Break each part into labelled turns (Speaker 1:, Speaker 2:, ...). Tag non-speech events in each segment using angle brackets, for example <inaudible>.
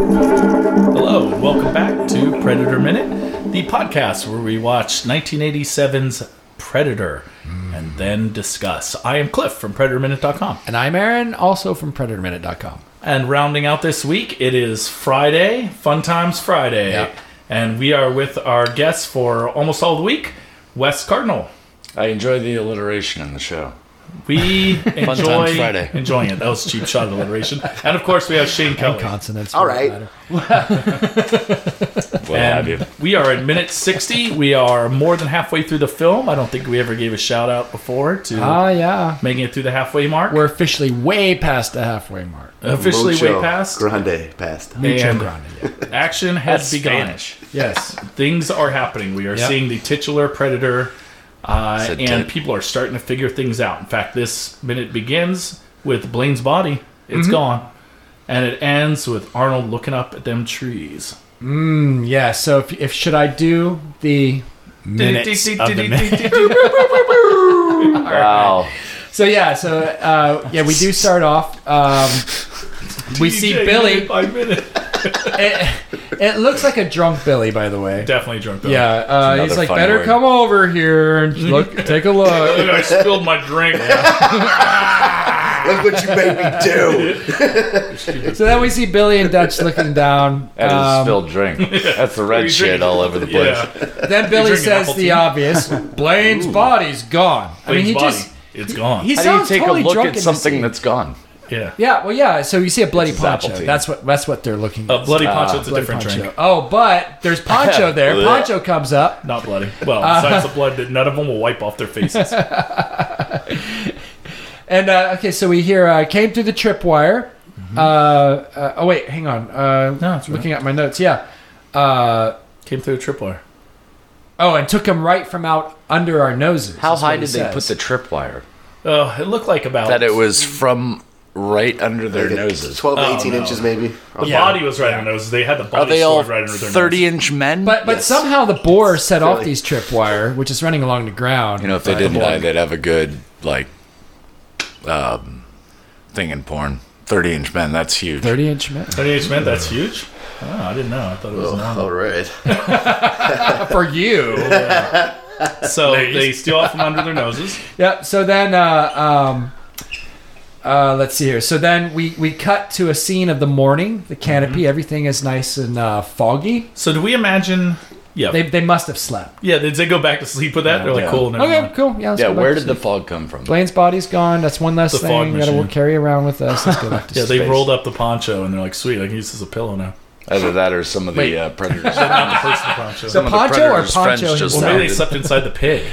Speaker 1: Hello, and welcome back to Predator Minute, the podcast where we watch 1987's Predator and then discuss. I am Cliff from PredatorMinute.com.
Speaker 2: And I'm Aaron, also from PredatorMinute.com.
Speaker 1: And rounding out this week, it is Friday, Fun Times Friday.
Speaker 2: Yeah.
Speaker 1: And we are with our guests for almost all the week, Wes Cardinal.
Speaker 3: I enjoy the alliteration in the show. <laughs>
Speaker 1: We enjoy
Speaker 3: Times Friday.
Speaker 1: enjoying it. That was a cheap shot of alliteration. And of course, we have Shane Kelly.
Speaker 2: Consonants.
Speaker 4: All right.
Speaker 3: What have you?
Speaker 1: And we are at minute 60. We are more than halfway through the film. I don't think we ever gave a shout out before to
Speaker 2: Ah, yeah.
Speaker 1: making it through the halfway mark.
Speaker 2: We're officially way past the halfway mark.
Speaker 1: officially way
Speaker 4: Mucho
Speaker 1: past.
Speaker 4: Grande past.
Speaker 2: Mucho
Speaker 1: And-
Speaker 2: grande, yeah.
Speaker 1: Action has
Speaker 3: That's
Speaker 1: begun.
Speaker 3: Spanish.
Speaker 2: Yes.
Speaker 1: Things are happening. We are
Speaker 2: Yep.
Speaker 1: seeing the titular predator, uh,
Speaker 3: Said
Speaker 1: and
Speaker 3: tit-
Speaker 1: people are starting to figure things out. In fact, this minute begins with Blaine's body. It's
Speaker 2: Mm-hmm.
Speaker 1: gone. And it ends with Arnold looking up at them trees.
Speaker 2: Mm, Yeah, so if, if should I do the minutes of the
Speaker 1: <laughs>
Speaker 2: minute?
Speaker 3: Wow.
Speaker 2: So yeah, so uh, yeah, we do start off.
Speaker 3: <laughs>
Speaker 2: Um, we see
Speaker 1: DJ,
Speaker 2: Billy.
Speaker 1: Five minutes.
Speaker 2: It, it looks like a drunk Billy, by the way.
Speaker 1: Definitely drunk. Though.
Speaker 2: Yeah, uh,
Speaker 3: Another
Speaker 2: he's like,
Speaker 3: fun
Speaker 2: better
Speaker 3: word.
Speaker 2: come over here and look, take a
Speaker 3: <laughs>
Speaker 2: look.
Speaker 1: Look, I spilled my drink. <laughs>
Speaker 4: Look what you made me <laughs> do.
Speaker 2: So then we see Billy and Dutch looking down.
Speaker 3: That is a
Speaker 2: Um,
Speaker 3: spilled
Speaker 4: <laughs>
Speaker 3: drink. That's the red
Speaker 1: you
Speaker 3: shit
Speaker 1: drinking?
Speaker 3: all over the place.
Speaker 1: Yeah.
Speaker 2: then Billy
Speaker 1: drinking
Speaker 2: says
Speaker 1: apple
Speaker 2: the
Speaker 1: tea? <laughs>
Speaker 2: obvious: Blaine's body's gone. I mean,
Speaker 1: Blaine's
Speaker 2: he
Speaker 1: body.
Speaker 2: just
Speaker 1: it's gone.
Speaker 2: he
Speaker 3: How do you
Speaker 2: sounds
Speaker 3: take
Speaker 2: totally
Speaker 3: a look
Speaker 2: drunk in
Speaker 3: at
Speaker 2: the
Speaker 3: something
Speaker 2: scene.
Speaker 3: that's gone?
Speaker 1: yeah.
Speaker 2: Yeah, well, yeah. So you see a bloody poncho.
Speaker 3: apple tea.
Speaker 2: That's what that's what they're looking.
Speaker 1: A
Speaker 2: at.
Speaker 1: bloody poncho. It's a
Speaker 2: Ah, Bloody
Speaker 1: different
Speaker 2: poncho.
Speaker 1: drink.
Speaker 2: Oh, but
Speaker 1: <laughs>
Speaker 2: there's poncho there. poncho comes up.
Speaker 1: Not bloody. <laughs> Well, besides the blood, that none of them will wipe off their faces.
Speaker 2: And uh, okay, so we hear uh, came through the tripwire. Uh, uh, oh wait, hang on. Uh,
Speaker 1: Mm-hmm. No, it's
Speaker 2: looking at my notes. Yeah. Uh,
Speaker 1: <laughs> Came through a tripwire.
Speaker 2: oh, and took him right from out under our noses.
Speaker 3: How
Speaker 2: is what
Speaker 3: high
Speaker 2: he
Speaker 3: did they
Speaker 2: says.
Speaker 3: put the tripwire?
Speaker 1: Oh, it looked like about
Speaker 3: That it was from right under their noses.
Speaker 4: 12 to 18
Speaker 1: Oh, no.
Speaker 4: inches maybe.
Speaker 1: The body was right under their noses. They had the
Speaker 3: Are
Speaker 1: body
Speaker 3: they all
Speaker 1: stored right under their nose.
Speaker 3: thirty-inch men?
Speaker 2: But but somehow the boar set off
Speaker 4: Really?
Speaker 2: these tripwire, which is running along the ground.
Speaker 3: you know, if they
Speaker 2: But-
Speaker 3: didn't die, they'd have a good like um, thing in porn. Thirty-inch men. That's huge.
Speaker 2: thirty inch man
Speaker 1: 38 men. That's huge. Oh, I didn't know. I thought it was normal.
Speaker 3: <laughs>
Speaker 1: <laughs>
Speaker 4: All right.
Speaker 2: for you.
Speaker 1: So they steal off from under their noses.
Speaker 2: yeah. So then, uh, um, uh, let's see here. So then we we cut to a scene of the morning. The
Speaker 1: Mm-hmm.
Speaker 2: canopy, everything is nice and uh, foggy.
Speaker 1: So do we imagine? Yeah.
Speaker 2: They they must have slept.
Speaker 1: yeah. Did they go back to sleep with that? They're like,
Speaker 3: Yeah.
Speaker 1: cool. Never
Speaker 2: Okay,
Speaker 1: mind.
Speaker 2: cool. Yeah. let's
Speaker 3: Yeah.
Speaker 2: go back
Speaker 3: Where
Speaker 2: to
Speaker 3: did the
Speaker 2: sleep.
Speaker 3: fog come from?
Speaker 2: Blaine's body's gone. That's one less
Speaker 1: The fog
Speaker 2: thing that we'll
Speaker 1: machine.
Speaker 2: carry around with us. Let's go back
Speaker 1: <laughs>
Speaker 2: to
Speaker 1: Yeah,
Speaker 2: sleep.
Speaker 1: they rolled up the poncho and they're like, sweet, I can use this as a pillow now. <laughs>
Speaker 3: Either that or some of the
Speaker 2: Wait.
Speaker 3: uh, predators.
Speaker 1: Not the personal poncho.
Speaker 3: <laughs>
Speaker 2: The
Speaker 3: of the
Speaker 2: poncho or
Speaker 3: Predator's friends
Speaker 2: poncho?
Speaker 3: just
Speaker 1: well,
Speaker 2: himself?
Speaker 1: maybe they slept inside the pig.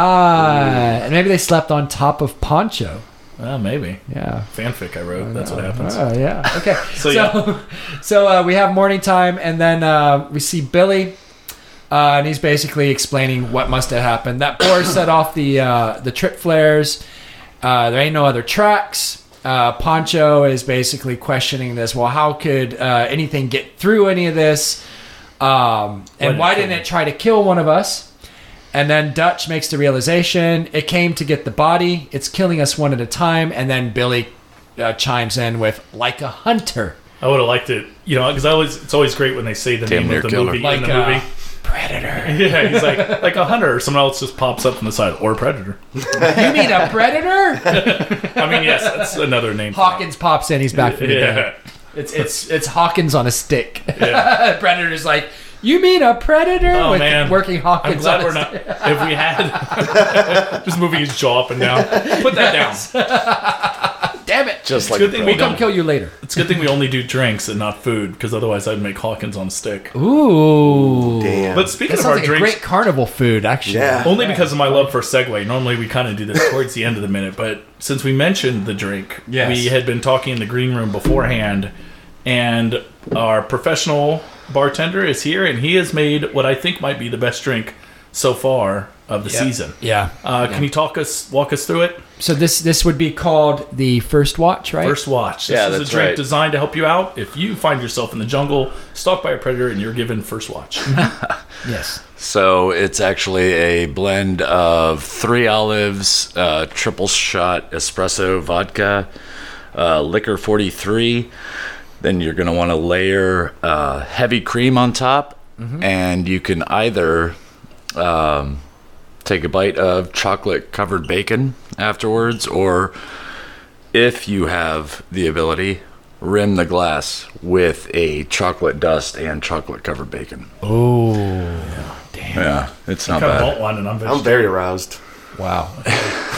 Speaker 2: Ah, and maybe they slept on top of poncho.
Speaker 1: Oh, maybe.
Speaker 2: Yeah.
Speaker 1: Fanfic I wrote. That's what happens.
Speaker 2: Oh yeah.
Speaker 1: <laughs>
Speaker 2: Okay. so
Speaker 1: yeah.
Speaker 2: <laughs> so, uh, we have morning time, and then uh, we see Billy, uh, and he's basically explaining what must have happened.
Speaker 1: <coughs>
Speaker 2: That boar set off the uh, the trip flares. Uh, there ain't no other tracks. Uh, Poncho is basically questioning this. Well, how could uh, anything get through any of this? Um, and
Speaker 1: Why
Speaker 2: why
Speaker 1: did it
Speaker 2: didn't it try to kill one of us? And then Dutch makes the realization it came to get the body. It's killing us one at a time. And then Billy uh, chimes in with like a hunter,
Speaker 1: I would have liked it, you know, because I always it's always great when they say the
Speaker 3: Damn
Speaker 1: name
Speaker 3: near
Speaker 1: of the
Speaker 3: killed
Speaker 1: movie
Speaker 3: her.
Speaker 1: in
Speaker 2: like
Speaker 1: the
Speaker 2: a
Speaker 1: movie.
Speaker 2: predator.
Speaker 1: <laughs> Yeah, he's like like a hunter, or someone else just pops up from the side, or a predator.
Speaker 2: you mean a
Speaker 1: <laughs>
Speaker 2: predator?
Speaker 1: I mean, yes, that's another name. for
Speaker 2: Hawkins pops in. He's back
Speaker 1: it.
Speaker 2: from the dead.
Speaker 1: Yeah,
Speaker 2: It's it's it's Hawkins on a stick.
Speaker 1: yeah.
Speaker 2: <laughs> Predator's like, you mean a predator
Speaker 1: Oh
Speaker 2: with
Speaker 1: man,
Speaker 2: working Hawkins?
Speaker 1: I'm glad
Speaker 2: on
Speaker 1: we're
Speaker 2: a
Speaker 1: not. If we had, <laughs> just moving his jaw up and down. <laughs> Put that down.
Speaker 2: stick? Damn it!
Speaker 3: Just like
Speaker 1: good thing we
Speaker 2: We'll come kill you later.
Speaker 1: It's a good thing we only do drinks and not food, because otherwise I'd make Hawkins on a stick.
Speaker 2: Ooh,
Speaker 4: Damn.
Speaker 1: But speaking
Speaker 2: that
Speaker 1: of
Speaker 2: sounds
Speaker 1: our
Speaker 2: like a
Speaker 1: drinks,
Speaker 2: great carnival food, actually.
Speaker 4: yeah.
Speaker 1: Only because of my love for Segway. Normally, we kind of do this towards the end of the minute, but since we mentioned the drink,
Speaker 2: Yes.
Speaker 1: we had been talking in the green room beforehand, and our professional bartender is here, and he has made what I think might be the best drink so far of the season.
Speaker 2: Yeah.
Speaker 1: Uh, Can you talk us walk us through it?
Speaker 2: So this this would be called the first watch, right?
Speaker 1: First watch. This
Speaker 3: Yeah,
Speaker 1: is
Speaker 3: that's
Speaker 1: a drink
Speaker 3: right.
Speaker 1: designed to help you out if you find yourself in the jungle, stalked by a predator, and you're given first watch.
Speaker 2: Yes.
Speaker 3: So it's actually a blend of three olives, uh, triple shot espresso vodka, uh, liquor 43. Then you're going to want to layer uh, heavy cream on top. And you can either um, take a bite of chocolate covered bacon afterwards, or if you have the ability, rim the glass with a chocolate dust and chocolate covered bacon. Yeah, it's
Speaker 2: <laughs>
Speaker 3: not
Speaker 1: kind of
Speaker 3: bad.
Speaker 1: want one, and I'm.
Speaker 4: I'm
Speaker 1: Veg-
Speaker 4: very aroused.
Speaker 2: Wow. <laughs>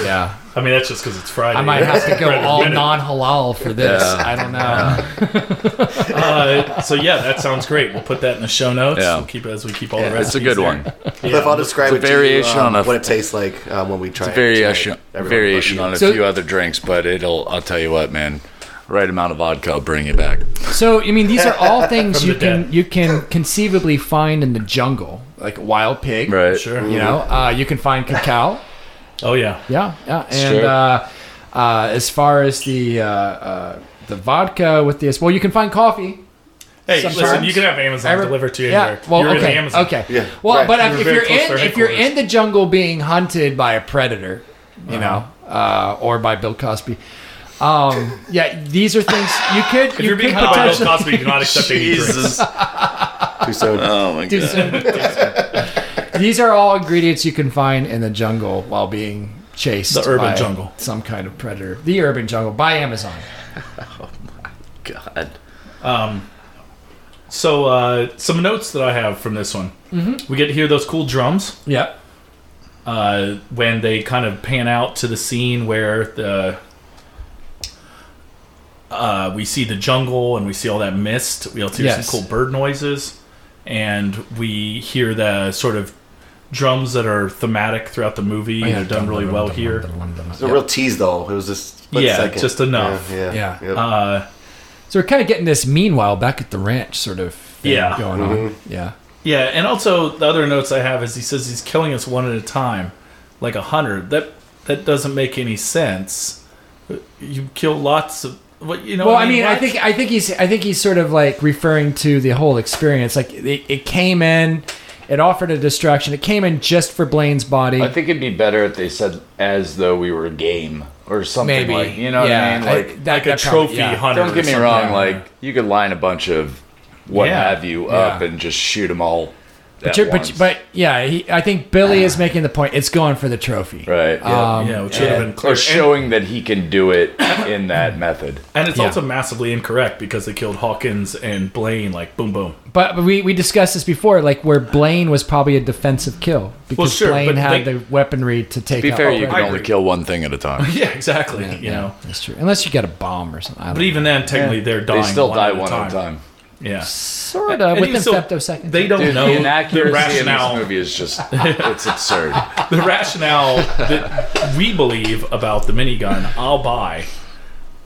Speaker 2: yeah.
Speaker 1: I mean, that's just because it's Friday.
Speaker 2: I
Speaker 1: <laughs>
Speaker 2: might have to go
Speaker 1: Predator
Speaker 2: all
Speaker 1: Minute.
Speaker 2: non-halal for this.
Speaker 3: Yeah.
Speaker 2: I don't know.
Speaker 1: Uh, so yeah, that sounds great. We'll put that in the show notes.
Speaker 3: Yeah.
Speaker 1: We'll keep it as we keep all the
Speaker 3: Yeah,
Speaker 1: recipes.
Speaker 3: it's a good
Speaker 1: there.
Speaker 3: one.
Speaker 4: Cliff, I'll describe
Speaker 3: it's
Speaker 4: it to
Speaker 3: a
Speaker 4: you,
Speaker 3: variation
Speaker 4: um,
Speaker 3: on a-
Speaker 4: what it tastes like uh, when we try it.
Speaker 3: Variation,
Speaker 4: tonight. Everyone
Speaker 3: variation
Speaker 4: but you.
Speaker 3: on a
Speaker 2: So-
Speaker 3: few other drinks, but it'll. I'll tell you what, man. Right amount of vodka will bring you back.
Speaker 2: So I mean, these are all things
Speaker 1: From
Speaker 2: you
Speaker 1: the
Speaker 2: can
Speaker 1: dead.
Speaker 2: you can conceivably find in the jungle, like wild pig.
Speaker 3: Right.
Speaker 1: Sure.
Speaker 2: You know, uh, you can find cacao.
Speaker 1: Oh yeah.
Speaker 2: Yeah, yeah. And
Speaker 3: true.
Speaker 2: uh, uh, as far as the uh, uh, the vodka with this, well, you can find coffee.
Speaker 1: Hey, listen,
Speaker 2: Sometimes.
Speaker 1: you can have Amazon
Speaker 2: Every-
Speaker 1: deliver to you.
Speaker 2: Yeah.
Speaker 1: anywhere.
Speaker 2: Well,
Speaker 1: you're in
Speaker 2: okay.
Speaker 1: the Amazon.
Speaker 2: Okay.
Speaker 4: Yeah,
Speaker 2: Well,
Speaker 4: right.
Speaker 2: but
Speaker 1: You're
Speaker 2: if
Speaker 1: very
Speaker 2: you're
Speaker 1: close to
Speaker 2: in
Speaker 1: their
Speaker 2: if you're in
Speaker 1: headquarters.
Speaker 2: the jungle being hunted by a predator, you know, uh, or by Bill Cosby. Um, yeah, these are things you could.
Speaker 1: If you're being
Speaker 2: could
Speaker 1: held by Bill
Speaker 2: potentially-
Speaker 1: Cosby, you cannot accept any drinks. <laughs>
Speaker 4: Too soon.
Speaker 3: <laughs> Oh my
Speaker 2: Dude, so- <laughs> These are all ingredients you can find in the jungle while being chased.
Speaker 1: The urban
Speaker 2: by
Speaker 1: jungle.
Speaker 2: Some kind of predator. The urban jungle by Amazon.
Speaker 3: god.
Speaker 1: So uh, some notes that I have from this one.
Speaker 2: Mm-hmm.
Speaker 1: We get to hear those cool drums.
Speaker 2: Yep.
Speaker 1: uh, when they kind of pan out to the scene where the uh, we see the jungle and we see all that mist. We also hear
Speaker 2: Yes.
Speaker 1: some cool bird noises, and we hear the sort of drums that are thematic throughout the
Speaker 2: Oh,
Speaker 1: movie. and They're done really well here.
Speaker 4: It's a real tease, though. It was just split
Speaker 1: Yeah,
Speaker 4: second.
Speaker 1: just enough.
Speaker 4: Yeah,
Speaker 2: Yeah.
Speaker 4: yeah. Yep.
Speaker 1: Uh,
Speaker 2: So we're kind of getting this meanwhile back at the ranch sort of thing
Speaker 1: Yeah.
Speaker 2: going on.
Speaker 3: Mm-hmm.
Speaker 2: Yeah.
Speaker 1: yeah, and also the other notes I have is he says he's killing us one at a time, like a hundred. That that doesn't make any sense. You kill lots of. What, you know,
Speaker 2: Well, I mean, I
Speaker 1: what?
Speaker 2: think I think he's I think he's sort of like referring to the whole experience. Like it, it came in, it offered a distraction. It came in just for Blaine's body.
Speaker 3: I think it'd be better if they said as though we were game or something
Speaker 2: Maybe
Speaker 3: like. You know
Speaker 2: yeah,
Speaker 3: what I mean? Like,
Speaker 2: that-
Speaker 1: like a
Speaker 2: that probably-
Speaker 1: trophy
Speaker 2: yeah.
Speaker 1: hunter.
Speaker 3: don't
Speaker 1: or
Speaker 3: get me
Speaker 1: something.
Speaker 3: wrong.
Speaker 2: yeah.
Speaker 3: Like, you could line a bunch of what
Speaker 1: Yeah.
Speaker 3: have you up
Speaker 2: Yeah.
Speaker 3: and just shoot them all.
Speaker 2: But,
Speaker 3: at
Speaker 2: you're- but,
Speaker 3: once.
Speaker 2: but yeah, he, I think Billy is making the point. It's going for the trophy.
Speaker 3: right. Yeah.
Speaker 2: Um,
Speaker 1: Yeah, which should have been clear.
Speaker 3: or
Speaker 1: And,
Speaker 3: showing that he can do it in that method.
Speaker 1: <coughs> and it's
Speaker 2: Yeah.
Speaker 1: also massively incorrect because they killed Hawkins and Blaine, like boom, boom. <laughs>
Speaker 2: But we, we discussed this before, like where Blaine was probably a defensive kill because
Speaker 1: sure,
Speaker 2: Blaine
Speaker 1: but
Speaker 2: had
Speaker 1: they-
Speaker 2: the weaponry to take.
Speaker 3: To be
Speaker 2: out
Speaker 3: fair,
Speaker 2: the
Speaker 3: you can
Speaker 1: I
Speaker 2: predator.
Speaker 3: only
Speaker 1: agree.
Speaker 3: kill one thing at a time.
Speaker 1: <laughs> Yeah, exactly. you
Speaker 2: Yeah,
Speaker 1: know,
Speaker 2: that's true. Unless you got a bomb or something. I don't
Speaker 1: but even then, technically, they're dying.
Speaker 3: They still
Speaker 1: one
Speaker 3: die
Speaker 1: at a
Speaker 3: one
Speaker 1: time.
Speaker 3: at a time.
Speaker 1: Yeah,
Speaker 2: sort of
Speaker 1: And
Speaker 2: within
Speaker 1: even so,
Speaker 2: femtoseconds.
Speaker 1: They don't
Speaker 3: Dude,
Speaker 1: know
Speaker 3: the
Speaker 1: the
Speaker 3: inaccuracy in this
Speaker 1: rationale.
Speaker 3: movie is just
Speaker 1: <laughs>
Speaker 3: it's absurd.
Speaker 1: The rationale that we believe about the minigun, I'll buy.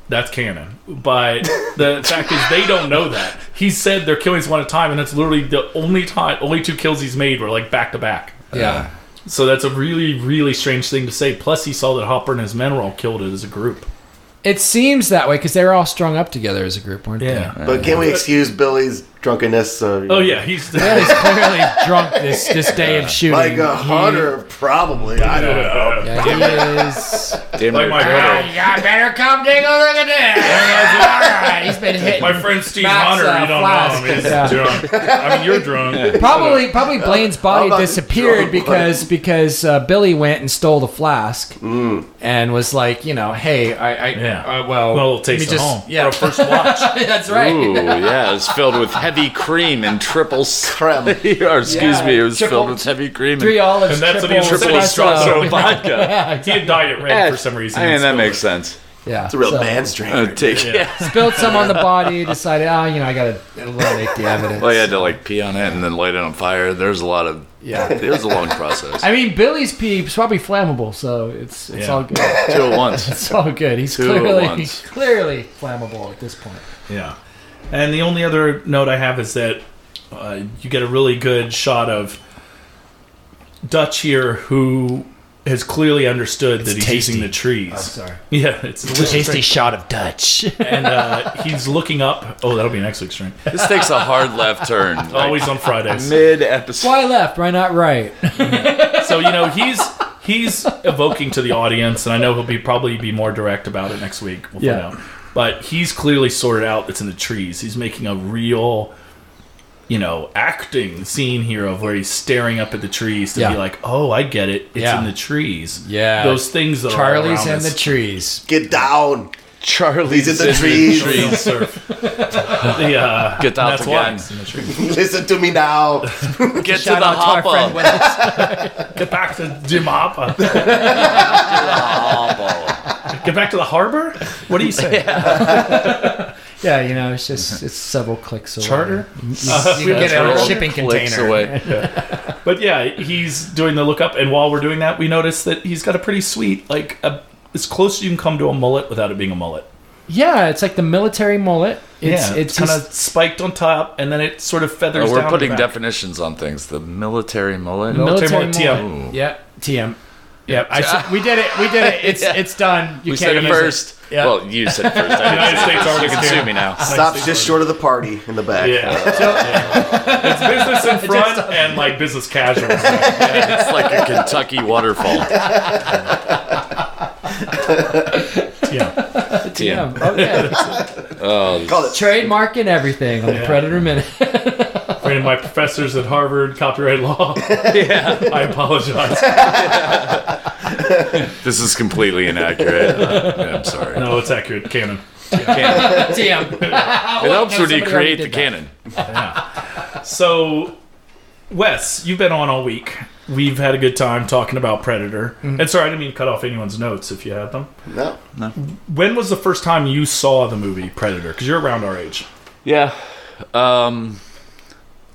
Speaker 1: That's canon, but the fact is they don't know that. He said they're killing us one at a time, and that's literally the only time, only two kills he's made were like back to back.
Speaker 2: Yeah.
Speaker 1: So that's a really, really strange thing to say. Plus, he saw that Hopper and his men were all killed as a group.
Speaker 2: It seems that way because they were all strung up together as a group, weren't they?
Speaker 4: but can we excuse Billy's drunkenness? Uh,
Speaker 1: Oh yeah, he's
Speaker 2: He's clearly drunk this this day of shooting.
Speaker 4: Like a
Speaker 2: He-
Speaker 4: hunter, probably. I don't know.
Speaker 2: Yeah, he is.
Speaker 3: Damn
Speaker 1: Like
Speaker 3: near
Speaker 1: my
Speaker 3: killed
Speaker 1: brother.
Speaker 3: her.
Speaker 2: Y'all better come take a look at this. all right, he's been hit.
Speaker 1: <laughs> my friend Steve
Speaker 2: Matt's,
Speaker 1: Hunter.
Speaker 2: uh,
Speaker 1: you don't
Speaker 2: flask.
Speaker 1: know him. He's
Speaker 2: Yeah.
Speaker 1: drunk. I mean, you're drunk.
Speaker 2: Probably, probably Blaine's
Speaker 4: I'm
Speaker 2: body
Speaker 4: not
Speaker 2: disappeared
Speaker 4: drunk,
Speaker 2: because because uh, Billy went and stole the flask
Speaker 4: Mm.
Speaker 2: and was like, you know, hey, I, I
Speaker 1: Yeah.
Speaker 2: uh,
Speaker 1: Well,
Speaker 2: well,
Speaker 1: we'll
Speaker 2: let me
Speaker 1: taste it
Speaker 2: just-
Speaker 1: home.
Speaker 2: Yeah, <laughs>
Speaker 1: First watch.
Speaker 2: that's right.
Speaker 3: Ooh, yeah, it's filled with heavy cream and triple <laughs> creme.
Speaker 1: <laughs>
Speaker 3: or excuse
Speaker 2: Yeah,
Speaker 3: me, it was
Speaker 2: triple-
Speaker 3: filled with heavy cream
Speaker 2: Three olives,
Speaker 1: And that's what he
Speaker 2: triple,
Speaker 1: was saying,
Speaker 2: espresso.
Speaker 1: strong
Speaker 2: <laughs>
Speaker 3: and vodka.
Speaker 2: Yeah,
Speaker 1: He
Speaker 2: exactly.
Speaker 1: had died at red
Speaker 3: Yeah,
Speaker 1: for some reason.
Speaker 3: I mean,
Speaker 1: and
Speaker 3: that
Speaker 1: spilled
Speaker 3: makes
Speaker 1: it.
Speaker 3: sense.
Speaker 2: yeah.
Speaker 4: It's a real
Speaker 2: so-
Speaker 4: man's
Speaker 3: I
Speaker 4: drink.
Speaker 3: would take yeah.
Speaker 2: spilled some
Speaker 3: <laughs>
Speaker 2: on the body, decided, oh, you know, I gotta eliminate the evidence.
Speaker 3: Well, you had to like pee on it and then light it on fire. There's a lot of
Speaker 2: Yeah.
Speaker 3: It was a long
Speaker 2: <laughs>
Speaker 3: process.
Speaker 2: I mean, Billy's pee is probably flammable, so it's it's
Speaker 1: Yeah.
Speaker 2: all good.
Speaker 3: Two at once.
Speaker 2: It's all good. He's
Speaker 3: Two at
Speaker 2: clearly
Speaker 3: once.
Speaker 2: <laughs> clearly flammable at this point.
Speaker 1: Yeah. And the only other note I have is that uh, you get a really good shot of Dutch here who has clearly understood that he's
Speaker 2: tasty.
Speaker 1: using the trees.
Speaker 2: sorry.
Speaker 1: <laughs> Yeah, it's delicious.
Speaker 2: Tasty shot of Dutch.
Speaker 1: <laughs> and uh, he's looking up. Oh, that'll be next week's drink.
Speaker 3: This takes a hard left
Speaker 1: Oh.
Speaker 3: turn. like,
Speaker 1: Always on Fridays.
Speaker 3: mid episode.
Speaker 2: Why left? Why not right?
Speaker 1: So you know he's he's evoking to the audience, and I know he'll be probably be more direct about it next week. We'll
Speaker 2: Yeah.
Speaker 1: find out. But he's clearly sorted out it's in the trees. He's making a real, you know, acting scene here of where he's staring up at the trees to
Speaker 2: Yeah.
Speaker 1: be like, "Oh, I get it. It's
Speaker 2: Yeah.
Speaker 1: in the trees.
Speaker 2: Yeah.
Speaker 1: those things that
Speaker 2: Charlie's
Speaker 1: are
Speaker 2: in
Speaker 1: around
Speaker 2: the
Speaker 1: us.
Speaker 2: trees.
Speaker 4: Get down. <laughs>
Speaker 3: Charlie's
Speaker 4: in the trees.
Speaker 1: Don't surf. <laughs> the, uh,
Speaker 3: Get out
Speaker 1: that's
Speaker 3: again.
Speaker 1: why it's in the trees.
Speaker 4: Listen to me now.
Speaker 3: Get to
Speaker 2: Shout
Speaker 3: the
Speaker 2: out to our friend
Speaker 3: hopper. <laughs>
Speaker 2: Wes.
Speaker 1: Get back to Jim
Speaker 2: <laughs>
Speaker 1: Hoppa.
Speaker 3: Hopper.
Speaker 1: Get back to the harbor. What do you say?
Speaker 2: Yeah, you know, it's just it's several clicks away.
Speaker 1: Charter? <laughs>
Speaker 2: you get it on a
Speaker 3: Several
Speaker 2: shipping
Speaker 3: clicks
Speaker 2: container.
Speaker 3: away.
Speaker 1: But yeah, he's doing the look up, and while we're doing that, we notice that he's got a pretty sweet, like, a, as close as you can come to a mullet without it being a mullet.
Speaker 2: Yeah, it's like the military mullet. It's
Speaker 1: yeah, it's,
Speaker 2: it's
Speaker 1: kind
Speaker 2: just-
Speaker 1: of spiked on top, and then it sort of feathers
Speaker 3: Oh, we're
Speaker 1: down.
Speaker 3: putting
Speaker 1: the back.
Speaker 3: definitions on things. The military mullet.
Speaker 1: Mil- Military mullet,
Speaker 3: TM.
Speaker 2: Yeah, TM. Yep, I s- we did it. We did it. It's
Speaker 3: <laughs> Yeah.
Speaker 2: it's done. You
Speaker 3: we
Speaker 2: can't
Speaker 3: said it
Speaker 2: use
Speaker 3: first.
Speaker 2: Yeah.
Speaker 3: Well, you said it
Speaker 2: <laughs>
Speaker 3: first. I didn't
Speaker 1: United
Speaker 3: say it.
Speaker 1: States Army
Speaker 3: you can
Speaker 1: Command.
Speaker 3: sue me now.
Speaker 4: Stops just short of the party in the back. <laughs>
Speaker 1: Yeah. it's business in front and like business casual.
Speaker 3: It's like a Kentucky waterfall.
Speaker 1: yeah.
Speaker 3: TM.
Speaker 2: TM. Oh yeah,
Speaker 4: Call
Speaker 2: <laughs>
Speaker 4: it
Speaker 2: trademark and everything on the Predator <laughs> Minute.
Speaker 1: Granted, my professors at Harvard copyright law.
Speaker 3: Yeah.
Speaker 1: I apologize.
Speaker 3: This is completely
Speaker 2: <laughs>
Speaker 3: inaccurate. Uh, yeah, I'm sorry.
Speaker 1: No, it's accurate. Canon.
Speaker 3: Cannon.
Speaker 2: TM.
Speaker 3: It helps
Speaker 2: no,
Speaker 3: when
Speaker 2: somebody
Speaker 3: you
Speaker 2: already
Speaker 3: create the
Speaker 2: did that.
Speaker 3: cannon.
Speaker 1: So, Wes, you've been on all week. We've had a good time talking about Predator.
Speaker 2: Mm-hmm.
Speaker 1: And sorry, I didn't mean to cut off anyone's notes if you had them.
Speaker 4: No.
Speaker 1: When was the first time you saw the movie Predator? Because you're around our age.
Speaker 3: Yeah. Um,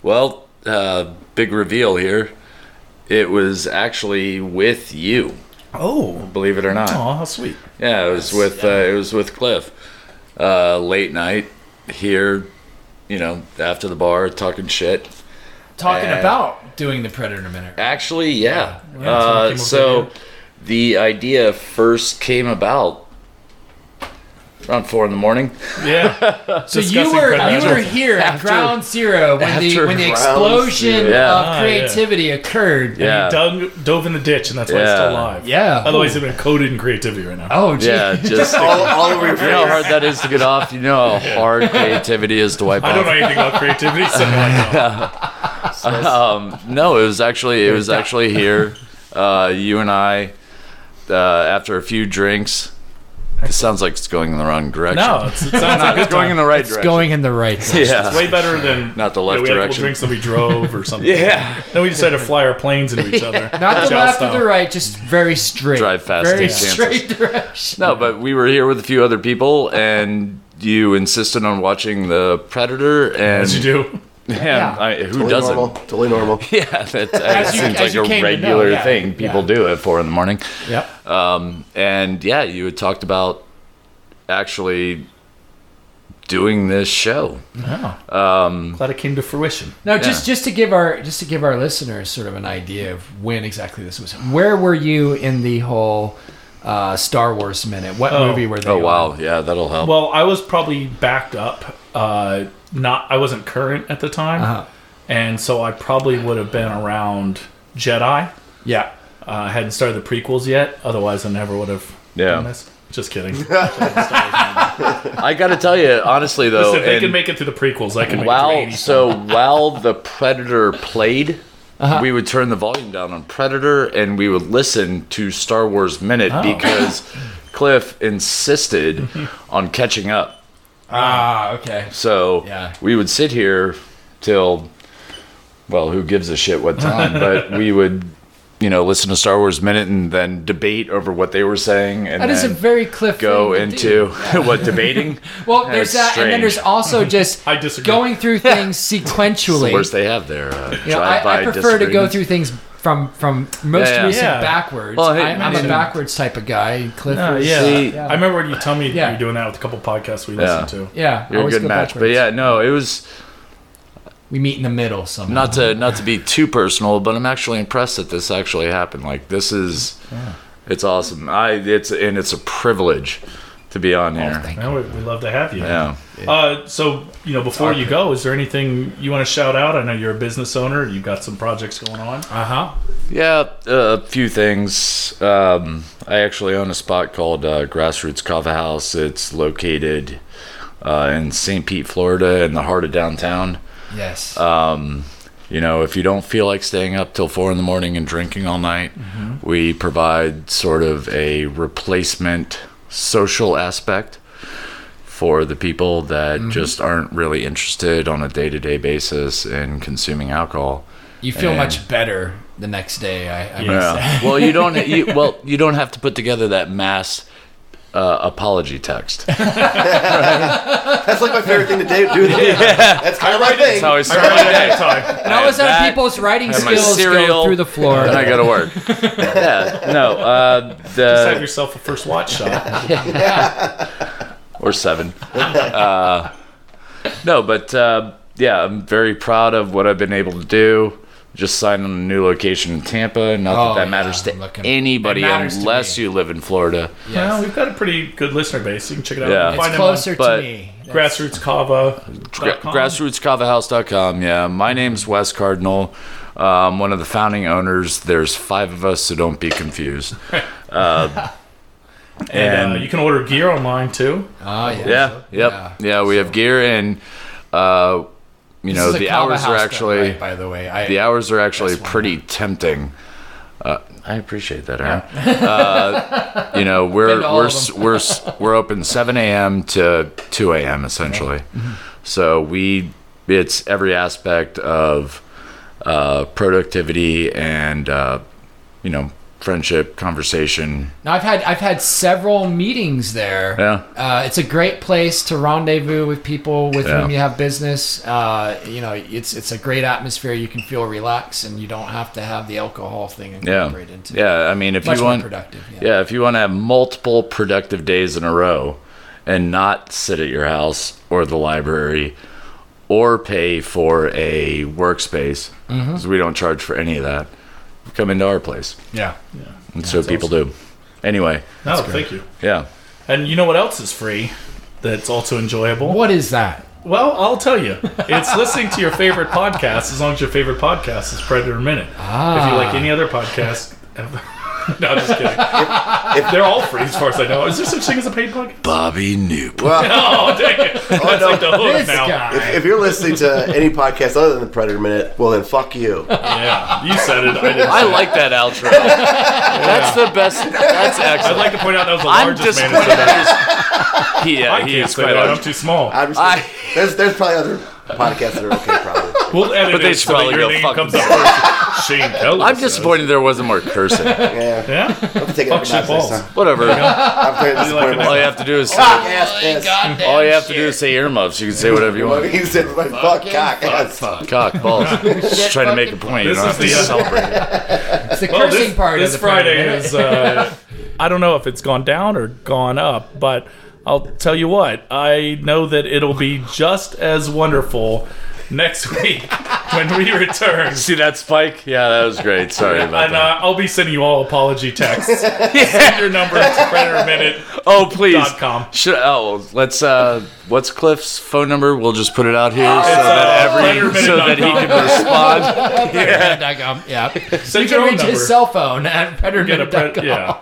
Speaker 3: well, uh, big reveal here. It was actually with you,
Speaker 1: Oh,
Speaker 3: believe it or not.
Speaker 1: aw, how sweet.
Speaker 3: Yeah, it was with uh, it was with Cliff. Uh, late night here, you know, after the bar, talking shit.
Speaker 2: Talking
Speaker 3: Yeah.
Speaker 2: about doing the Predator Minute.
Speaker 3: Actually, yeah.
Speaker 1: Yeah, that's what came
Speaker 3: uh,
Speaker 1: up
Speaker 3: so
Speaker 1: with
Speaker 3: the idea first came about around four in the morning.
Speaker 2: <laughs>
Speaker 1: Yeah.
Speaker 2: So you
Speaker 1: Discussing
Speaker 2: were you
Speaker 1: Predator.
Speaker 2: were here at
Speaker 3: After-
Speaker 2: ground zero when the
Speaker 3: after
Speaker 2: when the
Speaker 4: ground
Speaker 2: explosion
Speaker 4: zero.
Speaker 3: Yeah.
Speaker 2: of
Speaker 1: Ah, yeah.
Speaker 2: creativity occurred.
Speaker 3: Yeah.
Speaker 1: Dug, dove in the ditch, and that's why it's
Speaker 3: Yeah.
Speaker 1: still alive.
Speaker 2: Yeah.
Speaker 1: Otherwise, it'd been coded in creativity right now.
Speaker 2: Oh gee. <laughs>
Speaker 3: Yeah, <laughs> just
Speaker 4: All, all over your
Speaker 3: You know how hard
Speaker 4: face.
Speaker 3: that is to get off. You know how hard creativity is to wipe
Speaker 1: I don't know
Speaker 3: off.
Speaker 1: anything about creativity, so I
Speaker 2: <laughs>
Speaker 1: don't.
Speaker 3: Um, no, it was actually it was actually here. Uh, you and I, uh, after a few drinks, it sounds like it's going in the wrong direction.
Speaker 1: No, oh, it's, it sounds like
Speaker 3: it's going in the right direction.
Speaker 2: Going in the right. direction.
Speaker 1: it's
Speaker 3: <laughs> yeah,
Speaker 1: way better than
Speaker 3: Not the
Speaker 1: yeah,
Speaker 3: left
Speaker 1: we had a couple
Speaker 3: direction.
Speaker 1: drinks that we drove
Speaker 3: <laughs>
Speaker 1: or something.
Speaker 3: yeah.
Speaker 1: Then we decided to fly our planes into
Speaker 2: <laughs>
Speaker 1: each other.
Speaker 2: Not the
Speaker 1: Chow
Speaker 2: left
Speaker 1: style.
Speaker 2: or the right, just very straight.
Speaker 3: Drive fast,
Speaker 2: Very
Speaker 3: take chances.
Speaker 2: straight direction.
Speaker 3: No, but we were here with a few other people, and you insisted on watching the Predator, and
Speaker 1: As you do.
Speaker 3: <laughs> Yeah, I, who
Speaker 4: Totally
Speaker 3: doesn't?
Speaker 4: normal. Totally normal.
Speaker 3: Yeah, <laughs> that
Speaker 2: As
Speaker 3: it
Speaker 2: you-
Speaker 3: seems
Speaker 2: as
Speaker 3: like
Speaker 2: you
Speaker 3: a
Speaker 2: came to know,
Speaker 3: regular
Speaker 2: yeah.
Speaker 3: thing people do at four in the morning.
Speaker 2: Yep.
Speaker 3: Um, and yeah, you had talked about actually doing this show.
Speaker 1: Glad it came to fruition.
Speaker 2: Now, just just to give our just to give our listeners sort of an idea of when exactly this was. Where were you in the whole uh, Star Wars minute? What
Speaker 1: Oh.
Speaker 2: movie were they?
Speaker 3: Oh
Speaker 2: on?
Speaker 3: wow, yeah, that'll help.
Speaker 1: Well, I was probably backed up. Uh, not I wasn't current at the time,
Speaker 2: Uh-huh.
Speaker 1: and so I probably would have been around Jedi.
Speaker 2: Yeah.
Speaker 1: Uh, I hadn't started the prequels yet. Otherwise, I never would have.
Speaker 3: Yeah.
Speaker 1: Done this. Just
Speaker 3: <laughs>
Speaker 1: kidding. Listen,
Speaker 3: I got to tell you honestly though,
Speaker 1: if they can
Speaker 3: Oh, and
Speaker 1: make it through the prequels, I can make it through
Speaker 3: while
Speaker 1: 80.
Speaker 3: so while the Predator played.
Speaker 1: Uh-huh.
Speaker 3: We would turn the volume down on Predator and we would listen to Star Wars Minute
Speaker 1: Oh.
Speaker 3: because Cliff
Speaker 1: <laughs>
Speaker 3: insisted on catching up.
Speaker 2: Ah, okay.
Speaker 3: So
Speaker 2: Yeah.
Speaker 3: we would sit here till, well, who gives a shit
Speaker 1: <laughs>
Speaker 3: what time? but we would, you know, listen to Star Wars Minute and then debate over what they were saying, and
Speaker 2: That is a
Speaker 3: then
Speaker 2: very cliff.
Speaker 3: go
Speaker 2: thing to do.
Speaker 3: into <laughs> what debating.
Speaker 2: <laughs> Well, there's
Speaker 3: That's
Speaker 2: that, and then
Speaker 3: strange.
Speaker 2: there's
Speaker 3: <laughs>
Speaker 2: also just
Speaker 1: I disagree.
Speaker 2: going through things
Speaker 3: It's the
Speaker 2: sequentially.
Speaker 3: worst they have there. Uh,
Speaker 2: You know, I, I
Speaker 3: drive-by
Speaker 2: prefer to go
Speaker 3: disagreements.
Speaker 2: through things from from most
Speaker 3: Yeah, yeah.
Speaker 2: recent
Speaker 1: Yeah.
Speaker 2: backwards.
Speaker 3: Well, hey,
Speaker 2: I, I'm a
Speaker 3: man.
Speaker 2: backwards type of guy. Cliff.
Speaker 1: Uh,
Speaker 2: is-
Speaker 1: yeah.
Speaker 3: See-
Speaker 1: I remember you tell me
Speaker 2: Yeah.
Speaker 1: you were doing that with a couple podcasts we
Speaker 3: Yeah.
Speaker 1: listened to.
Speaker 2: yeah.
Speaker 3: You're a
Speaker 2: always
Speaker 3: good
Speaker 2: go
Speaker 3: match, but
Speaker 2: backwards.
Speaker 3: yeah, no, it was.
Speaker 2: we meet in the middle somewhere.
Speaker 3: Not to not to be too personal, but I'm actually impressed that this actually happened. Like this is, it's awesome. I it's and it's a privilege to be on here.
Speaker 2: Oh, thank-
Speaker 1: Well, we, we love to have you.
Speaker 3: yeah.
Speaker 1: Uh, so you know, before you go, is there anything you want to shout out? I know you're a business owner. You've got some projects going on.
Speaker 2: Uh huh.
Speaker 3: Yeah, uh, a few things. Um, I actually own a spot called uh, Grassroots Coffee House. It's located uh, in St. Pete, Florida, in the heart of downtown.
Speaker 2: Yes.
Speaker 3: Uh, You know, if you don't feel like staying up till four in the morning and drinking all night, we provide sort of a replacement social aspect for the people that just aren't really interested on a day to day basis in consuming alcohol.
Speaker 2: you feel
Speaker 3: and-
Speaker 2: much better the next day. I, I must say.
Speaker 3: Yeah. well, you don't. You, well, you don't have to put together that mass uh, apology <laughs> text.
Speaker 4: That's like my favorite thing to do. do That's kind of my thing.
Speaker 3: That's how I
Speaker 1: I
Speaker 3: start
Speaker 1: <laughs> wrote
Speaker 3: my
Speaker 1: it ahead
Speaker 3: day.
Speaker 1: of time.
Speaker 2: And all of a sudden,
Speaker 3: That-
Speaker 2: people's writing
Speaker 3: and my
Speaker 2: skills go
Speaker 3: cereal.
Speaker 2: through the floor.
Speaker 3: Then I go to <laughs> work. yeah. No. Uh, the
Speaker 1: Just have yourself a first watch shot.
Speaker 3: or seven. uh, no, but uh, yeah, I'm very proud of what I've been able to do. Just signed on a new location in Tampa. Not
Speaker 2: Oh,
Speaker 3: that that
Speaker 2: yeah,
Speaker 3: matters
Speaker 2: I'm
Speaker 3: to
Speaker 2: looking-
Speaker 3: anybody
Speaker 2: it matters to
Speaker 3: unless
Speaker 2: me.
Speaker 3: you live in Florida.
Speaker 1: Well,
Speaker 2: Yes.
Speaker 1: we've got a pretty good listener base. You can check it out.
Speaker 3: Yeah.
Speaker 1: You can
Speaker 3: It's
Speaker 1: find
Speaker 2: It's
Speaker 1: them on
Speaker 2: closer to
Speaker 3: but-
Speaker 2: me.
Speaker 3: Gra-
Speaker 1: grassrootscava.com.
Speaker 3: grassrootscavahouse.com. Yeah, my name's Wes Cardinal. Um, one of the founding owners. There's five of us, so don't
Speaker 2: <laughs>
Speaker 3: be confused. Uh,
Speaker 1: and uh, you can order gear online too.
Speaker 2: Oh, yeah.
Speaker 3: Yeah. Yep.
Speaker 2: Yeah.
Speaker 3: Yeah. we have gear and uh, you
Speaker 2: This
Speaker 3: know
Speaker 2: is a
Speaker 3: the
Speaker 2: Kava
Speaker 3: hours
Speaker 2: house
Speaker 3: are
Speaker 2: that
Speaker 3: actually
Speaker 2: night, by the way. I,
Speaker 3: the hours are actually
Speaker 2: That's one.
Speaker 3: pretty tempting. Uh, I appreciate that, Aaron. <laughs> Uh, you know we're
Speaker 2: Been to all
Speaker 3: we're
Speaker 2: of
Speaker 3: s- we're s- we're open 7 a.m. to 2 a.m. essentially.
Speaker 2: Mm-hmm.
Speaker 3: So we it's every aspect of uh, productivity and uh, you know friendship, conversation.
Speaker 2: Now I've had I've had several meetings there.
Speaker 3: Yeah.
Speaker 2: uh, it's a great place to rendezvous with people with
Speaker 3: Yeah.
Speaker 2: whom you have business. Uh, you know, it's it's a great atmosphere. You can feel relaxed, and you don't have to have the alcohol thing
Speaker 3: Yeah,
Speaker 2: incorporated into it.
Speaker 3: yeah. I mean, if
Speaker 2: Much
Speaker 3: you
Speaker 2: more
Speaker 3: want
Speaker 2: productive, yeah.
Speaker 3: yeah. if you want to have multiple productive days in a row, and not sit at your house or the library, or pay for a workspace, because we don't charge for any of that. Come into our place,
Speaker 2: Yeah.
Speaker 3: and so people do. Anyway,
Speaker 1: No, thank you.
Speaker 3: yeah,
Speaker 1: And you know what else is free? That's also enjoyable.
Speaker 2: What is that?
Speaker 1: Well, I'll tell you. It's listening to your favorite podcast, as long as your favorite podcast is Predator Minute. If you like any other podcast, <laughs> no, I'm just kidding. They're all free, as far as I know. Is there such thing as a paid podcast?
Speaker 3: Bobby Newport.
Speaker 4: Well,
Speaker 3: <laughs>
Speaker 1: Oh, dang it! <laughs> That's like the hook
Speaker 2: This
Speaker 1: now.
Speaker 2: guy.
Speaker 4: if you're listening to any podcast other than the Predator Minute, well then fuck
Speaker 3: <laughs>
Speaker 4: you.
Speaker 1: Yeah, you said it. I didn't.
Speaker 3: I like that outro. That's the best. That's
Speaker 1: I'd
Speaker 3: excellent.
Speaker 1: like to point out that was the
Speaker 3: I'm
Speaker 1: largest man.
Speaker 3: disappointed.
Speaker 1: in the
Speaker 3: <laughs> he,
Speaker 1: I
Speaker 3: yeah, he
Speaker 1: can't
Speaker 3: is
Speaker 1: say
Speaker 3: quite
Speaker 1: that. I'm
Speaker 3: large.
Speaker 1: too small.
Speaker 4: Obviously,
Speaker 3: I-
Speaker 4: there's there's probably other podcasts that are okay,
Speaker 3: <laughs>
Speaker 4: probably.
Speaker 1: We'll edit
Speaker 3: But they
Speaker 1: it
Speaker 3: should
Speaker 1: so that
Speaker 3: probably
Speaker 1: your
Speaker 3: go
Speaker 1: name
Speaker 3: fuck
Speaker 1: comes up first. Shane Keller.
Speaker 3: I'm
Speaker 1: says.
Speaker 3: disappointed there wasn't more cursing.
Speaker 4: Yeah,
Speaker 1: Yeah.
Speaker 4: I'll
Speaker 1: Fuck
Speaker 4: take it every
Speaker 1: shit
Speaker 4: notch next
Speaker 1: balls.
Speaker 4: time.
Speaker 1: <laughs>
Speaker 3: Whatever.
Speaker 4: I'm very disappointed.
Speaker 1: Oh,
Speaker 3: All you
Speaker 4: myself.
Speaker 3: have to do is.
Speaker 1: Ah,
Speaker 4: Cock
Speaker 2: Oh,
Speaker 4: ass piss.
Speaker 3: All you have to do is say earmuffs. You can say whatever
Speaker 1: <laughs>
Speaker 3: you
Speaker 4: <laughs>
Speaker 3: want. Ah,
Speaker 4: He said, like, fuck cock ass.
Speaker 3: Cock, balls. Just trying to make a point. You
Speaker 1: This
Speaker 3: don't
Speaker 1: is
Speaker 3: have to
Speaker 1: the, uh,
Speaker 3: celebrate. it.
Speaker 2: It's the
Speaker 1: Well,
Speaker 2: cursing
Speaker 1: this,
Speaker 2: part
Speaker 1: this
Speaker 2: of the
Speaker 1: Friday
Speaker 2: program.
Speaker 1: is. Uh, I don't know if it's gone down or gone up, but I'll tell you what. I know that it'll be just as wonderful next week <laughs> when we return.
Speaker 3: <laughs> See that spike? Yeah, that was great. Sorry about
Speaker 1: And
Speaker 3: that.
Speaker 1: uh, I'll be sending you all apology <laughs> texts. Send your number to Predator <laughs> Minute.
Speaker 3: Oh, please.
Speaker 1: dot com.
Speaker 3: Should, oh, let's. Uh, what's Cliff's phone number? We'll just put it out here
Speaker 1: Ah,
Speaker 3: so that every
Speaker 1: letterman
Speaker 3: so that he
Speaker 1: uh, dot com.
Speaker 3: can
Speaker 1: <laughs>
Speaker 3: respond.
Speaker 2: yeah. yeah.
Speaker 1: Send
Speaker 2: you can
Speaker 1: your own
Speaker 2: reach
Speaker 1: number.
Speaker 2: his cell phone at
Speaker 1: Get a
Speaker 2: predator.com.
Speaker 1: pre- yeah.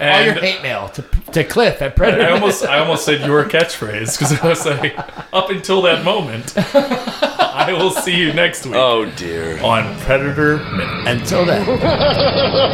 Speaker 2: All your
Speaker 1: And
Speaker 2: hate mail to, to
Speaker 1: <laughs>
Speaker 2: Cliff at
Speaker 1: I
Speaker 2: predator.
Speaker 1: almost, I almost said your catchphrase because I was like, up until that moment, I will see you next week
Speaker 3: Oh dear.
Speaker 1: on Predator Minute.
Speaker 2: Until then.